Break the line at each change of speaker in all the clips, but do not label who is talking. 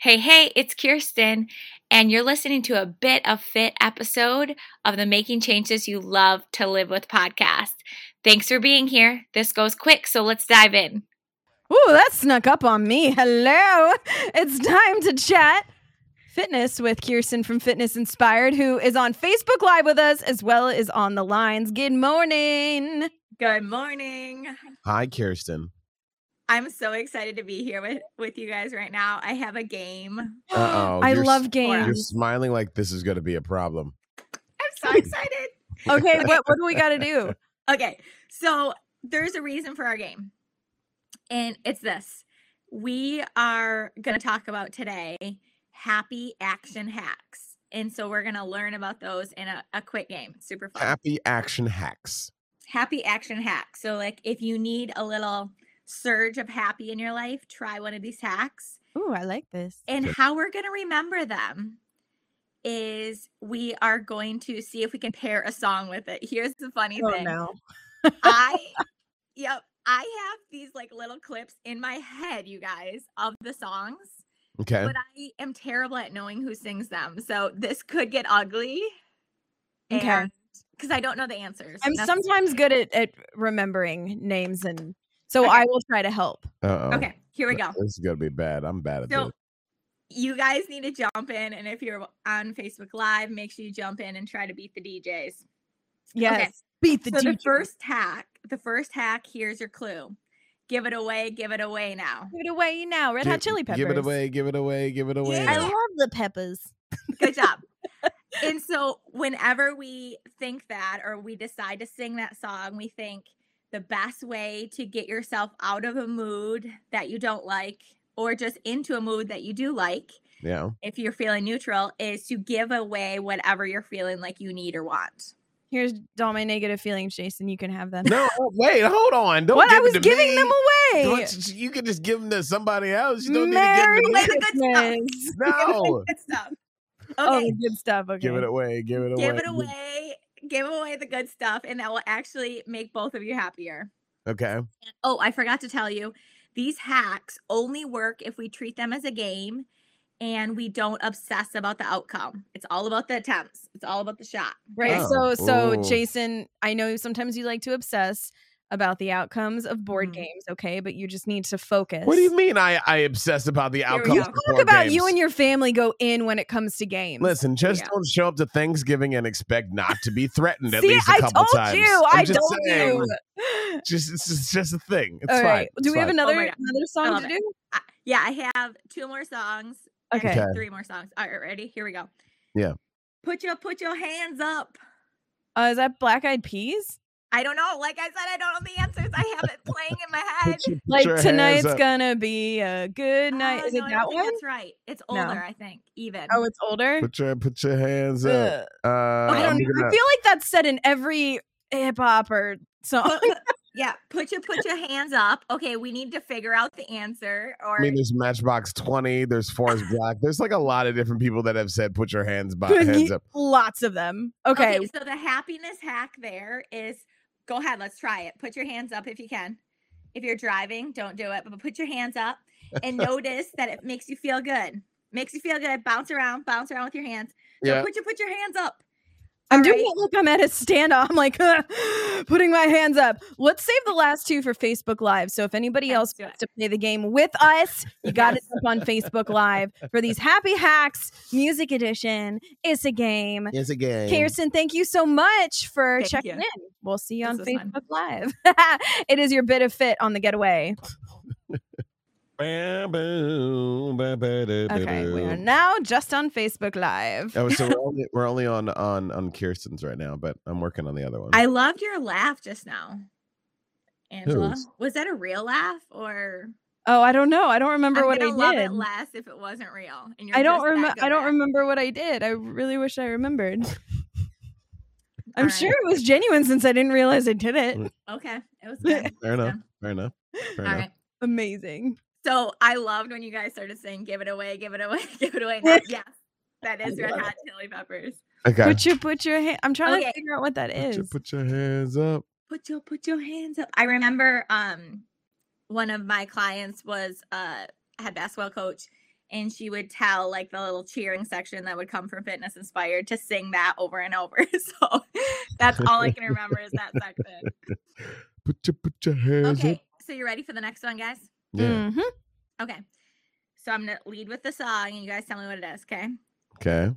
Hey, hey, it's Kirsten, and you're listening to a bit of fit episode of the Making Changes You Love to Live with podcast. Thanks for being here. This goes quick, so let's dive in.
Ooh, that snuck up on me. Hello. It's time to chat fitness with Kirsten from Fitness Inspired, who is on Facebook Live with us as well as on the lines. Good morning.
Good morning.
Hi, Kirsten.
I'm so excited to be here with with you guys right now. I have a game.
Uh-oh,
I
you're s-
love
You're
games.
smiling like this is going to be a problem.
I'm so excited.
Okay, what, what do we got to do?
Okay, so there's a reason for our game, and it's this: we are going to talk about today happy action hacks, and so we're going to learn about those in a, a quick game. Super fun.
Happy action hacks.
happy action hack. So like if you need a little surge of happy in your life, try one of these hacks.
Ooh, I like this.
And
Okay.
how we're going to remember them is we are going to see if we can pair a song with it. Here's the funny
Oh,
thing.
no.
I yep, I have these like little clips in my head, you guys, of the songs,
Okay.
but I am terrible at knowing who sings them. So this could get ugly.
Okay.
Cuz I don't know the answers.
I'm
That's-
sometimes good at, at remembering names, and so
Okay.
I will try to help.
Uh oh.
Okay, here we go.
This is going to be bad. I'm bad at
So you guys need to jump in, and if you're on Facebook Live, make sure you jump in and try to beat the DJs.
Yes.
Okay,
Beat the
so the
DJ.
first hack, the first hack. Here's your clue. Give it away. Give it away now.
Give it away now. Red
this.
Hot
Gi-
Chili Peppers.
Give it away. Give it away. Give it away.
I
Yeah.
love the peppers.
Good job. and so whenever we think that, or we decide to sing that song, we think the best way to get yourself out of a mood that you don't like, or just into a mood that you do like,
Yeah.
if you're feeling neutral, is to give away whatever you're feeling like you need or want.
Here's all my negative feelings, Jason. You can have them.
No, oh, wait, hold on. Don't
what
give
I
it
was
to
giving
me.
them
Don't-
away.
s- You can just give them to somebody else. You don't
Merry
need to
Like the
give them
good stuff.
Christmas.
to me. No.
Good stuff.
Oh,
Okay,
the good stuff. Okay.
give it away. Give it away.
give it away. Give away the good stuff, and that will actually make both of you happier.
Okay.
Oh, I forgot to tell you, these hacks only work if we treat them as a game and we don't obsess about the outcome. It's all about the attempts, it's all about the shot.
Right.
Oh.
So, so
Ooh.
Jason, I know sometimes you like to obsess about the outcomes of board
Mhm.
games, okay? But you just need to focus.
What do you mean I, I obsessed about the
we
outcome?
go.
Talk about you and your family go in when it comes to games.
Listen, just
Yeah.
don't show up to Thanksgiving and expect not to be threatened at
See,
least a
I
couple
told
times.
you.
I'm
I
just
told
saying.
you.
Just it's, it's just a thing. It's
All
fine.
right.
It's
Do we have
fine.
another
Oh my God.
another
I
song
love
to
it.
do?
I- yeah, I have two more songs.
Okay.
actually,
Okay.
Three more songs. All right, ready? Here we go.
Yeah.
Put your put your hands up.
Uh, is that Black Eyed Peas?
I don't know. Like I said, I don't know the answers. I have it playing in my head.
Put your- put
Like
your hands
tonight's
up.
gonna be a good night.
Oh,
is
no,
it
I don't
that
think
one?
That's right. It's
No.
older, I think. Even.
Oh, it's older.
Put your put your hands up.
Ugh.
Uh,
I
I'm
don't.
looking
know. I
at-
feel like that's said in every hip hop or song.
Put- put- yeah, put your put your hands up. Okay, we need to figure out the answer. Or
I mean, there's Matchbox Twenty. There's Forrest Black. There's like a lot of different people that have said, "Put your hands, by, hands up."
Lots of them. Okay.
So the happiness hack there is go ahead, let's try it. Put your hands up if you can. If you're driving, don't do it, but put your hands up and notice that it makes you feel good. Makes you feel good. Bounce around, bounce around with your hands. So
Yeah,
put your put your hands up.
I'm
All
doing
right.
it like I'm at a standoff. I'm like putting my hands up. Let's save the last two for Facebook Live. So if anybody
Okay,
else
do it.
wants to play the game with us, you got to jump on Facebook Live for these happy hacks music edition. It's a game.
it's a game.
Kirsten, thank you so much for
Thank
checking
you.
in. We'll see you
This
on
was fun.
Facebook Live. it is your bit of fit on the getaway. Okay, we are
Okay,
now just on Facebook Live.
oh, so we're only, we're only on on on Kirsten's right now, but I'm working on the other one.
I loved your laugh just now. Angela,
was-
was that a real laugh or
Oh, I don't know. I don't remember
I'm
what I
gonna
did.
love it less if it wasn't real? And you're
I don't
just that
remember.
good
I don't
at it.
remember what I did. I really wish I remembered. I'm
All right.
sure it was genuine since I didn't realize I did it.
Mm.
Okay, it was good.
Fair enough. Fair enough. Fair
All
enough.
right.
Amazing.
So I loved when you guys started saying "Give it away, give it away, give it away." Now, yes, that is Red
Yeah.
Hot Chili Peppers.
Okay.
Put your put your hand. I'm trying
Okay.
to figure out what that
Put
is.
your, put your hands up.
Put your put your hands up. I remember um one of my clients was uh had basketball coach, and she would tell like the little cheering section that would come from Fitness Inspired to sing that over and over. So that's all I can remember is that section.
Put your put your hands up.
Okay, so you ready for the next one, guys?
Yeah.
Mhm.
Okay. So I'm gonna lead with the song and you guys tell me what it is, okay?
Okay.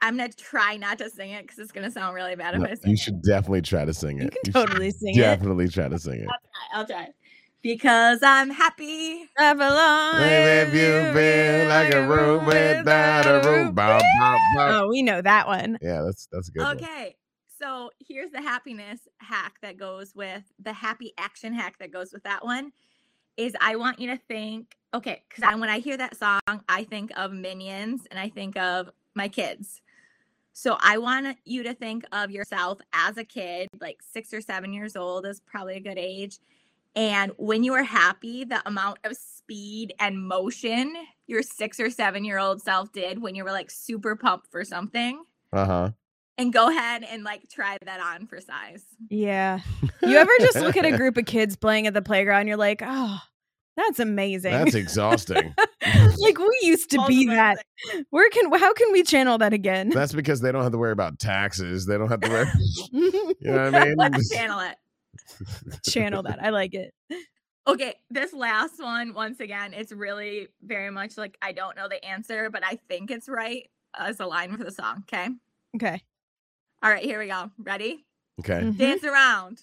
I'm gonna try not to sing it because it's gonna sound really bad if
No,
I sing
you
it.
should definitely try to sing it.
You can
should
totally sing it.
definitely try to sing it.
I'll try. it. Because I'm happy.
Never long
If you feel like a room without a roof, bop, bop, bop.
Oh, we know that one.
Yeah, that's that's a good. one.
Okay. So here's the happiness hack that goes with the happy action hack that goes with that one is I want you to think, okay, because I, when I hear that song, I think of minions and I think of my kids. So I want you to think of yourself as a kid, like six or seven years old is probably a good age. And when you are happy, the amount of speed and motion your six or seven year old self did when you were like super pumped for something
Uh huh.
and go ahead and like try that on for size.
Yeah. You ever just look at a group of kids playing at the playground? You're like, oh, that's amazing.
That's exhausting.
like we used to
All
be
those
that.
things.
Where can how can we channel that again?
That's because they don't have to worry about taxes. They don't have to worry. You know what I mean?
Let's channel it.
channel that. I like it.
Okay, this last one, once again, it's really very much like I don't know the answer, but I think it's right as a line for the song. Okay.
Okay.
All right, here we go. Ready?
Okay.
Mhm.
Dance around.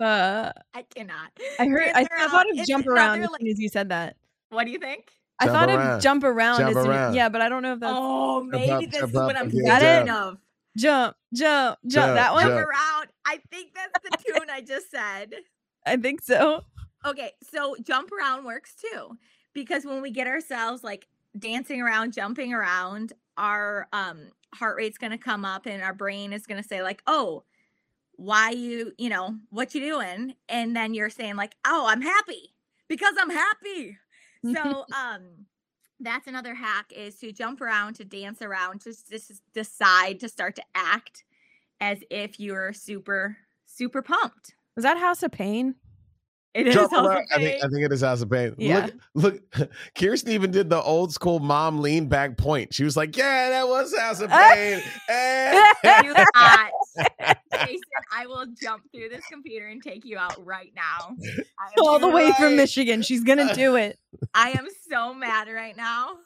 Uh,
I cannot.
I heard. I,
Dance
I
around.
thought of
It's
jump around
another,
as
like-
soon as you said that.
what do you think?
I
Jump
thought
around.
of jump around.
Jump
as soon
around.
As, yeah, but I don't know if that's
Oh, maybe
up,
this
jump
is what
up,
I'm
get
Got it?
thinking of.
jump, jump, jump.
Jump,
That one.
Jump
Jump.
around. I think that's the tune I just said.
I think so.
Okay, so jump around works too because when we get ourselves like dancing around, jumping around, our um heart rate's going to come up and our brain is going to say like, "Oh, why you, you know, what you doing?" And then you're saying like, "Oh, I'm happy because I'm happy." So, um that's another hack is to jump around, to dance around, just just decide to start to act as if you're super super pumped.
Was that House of Pain?
It is
Jump
also
around. I think
great.
I think it is House of Pain.
Yeah.
Look, look. Kirsten even did the old school mom lean back point. She was like, "Yeah, that was House of
Ah.
Pain." Eh.
You got. Jason, I will jump through this computer and take you out right now. I am
All the
so-
way from
right.
Michigan. She's gonna do it.
I am so mad right now.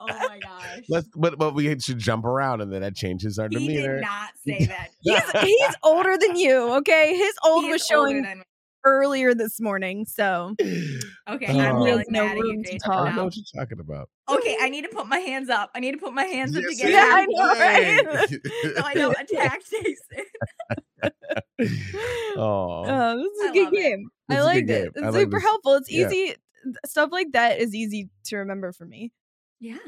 Oh my gosh.
Let's, but but we should jump around, and then that changes our
he
demeanor.
did not say that.
He's he's older than you. Okay, his old
He
was
is
showing
older than me.
earlier this morning. So
Okay,
He
I'm
has
really
no
mad at
room
you,
to
Jason.
I
talk.
don't know
now.
what you're talking about.
Okay, I need to put my hands up. I need to put my hands up to
Oh, Yes,
get
it
Yeah, I
out
is.
know, right?
Yay.
so I don't attack Jason.
oh,
Oh, this is a
I
good
love it.
game.
It's a
I
good
liked
game.
it.
I
It's
like
super
this.
helpful. It's
Yeah.
easy. Stuff like that is easy to remember for me.
Yeah.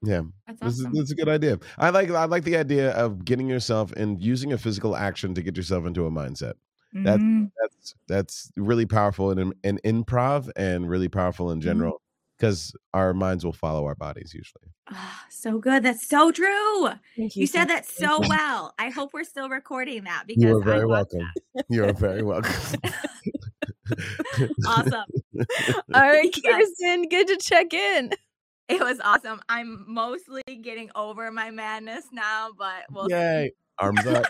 Yeah,
That's
this is
awesome.
this is a good idea. I like I like the idea of getting yourself and using a physical action to get yourself into a mindset. that's-
Mhm.
That's that's really powerful in in improv and really powerful in general because our minds will follow our bodies usually.
Ah, so good. That's so true.
Thank
You said that so
you.
well. I hope we're still recording that because
You are
I
very
want
welcome. You are very welcome.
that. Awesome.
All right,
Yeah.
Kirsten, good to check in.
It was awesome. I'm mostly getting over my madness now, but we'll see.
Yay! Arms up,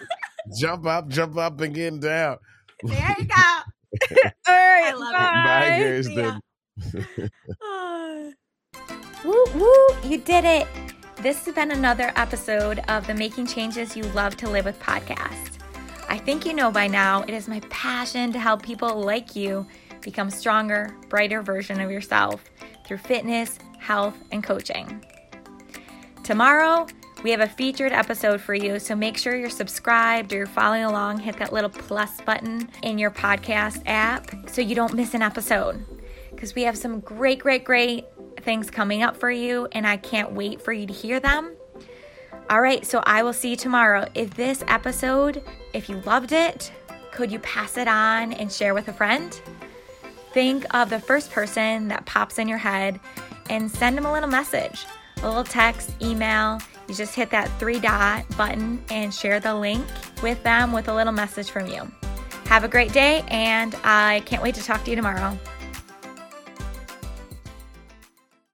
jump up, jump up, and get down.
There you go.
All right,
love it.
Bye,
bye.
See ya.
Kirsten.
Ah.
Woo woo, you did it. This has been another episode of the Making Changes You Love to Live with podcast. I think you know by now it is my passion to help people like you become stronger, brighter version of yourself through fitness, health, and coaching. Tomorrow, we have a featured episode for you, so make sure you're subscribed or you're following along. Hit that little plus button in your podcast app so you don't miss an episode because we have some great, great, great things coming up for you, and I can't wait for you to hear them. All right, so I will see you tomorrow. If this episode, if you loved it, could you pass it on and share with a friend? Think of the first person that pops in your head and send them a little message, a little text, email. You just hit that three dot button and share the link with them with a little message from you. Have a great day, and I can't wait to talk to you tomorrow.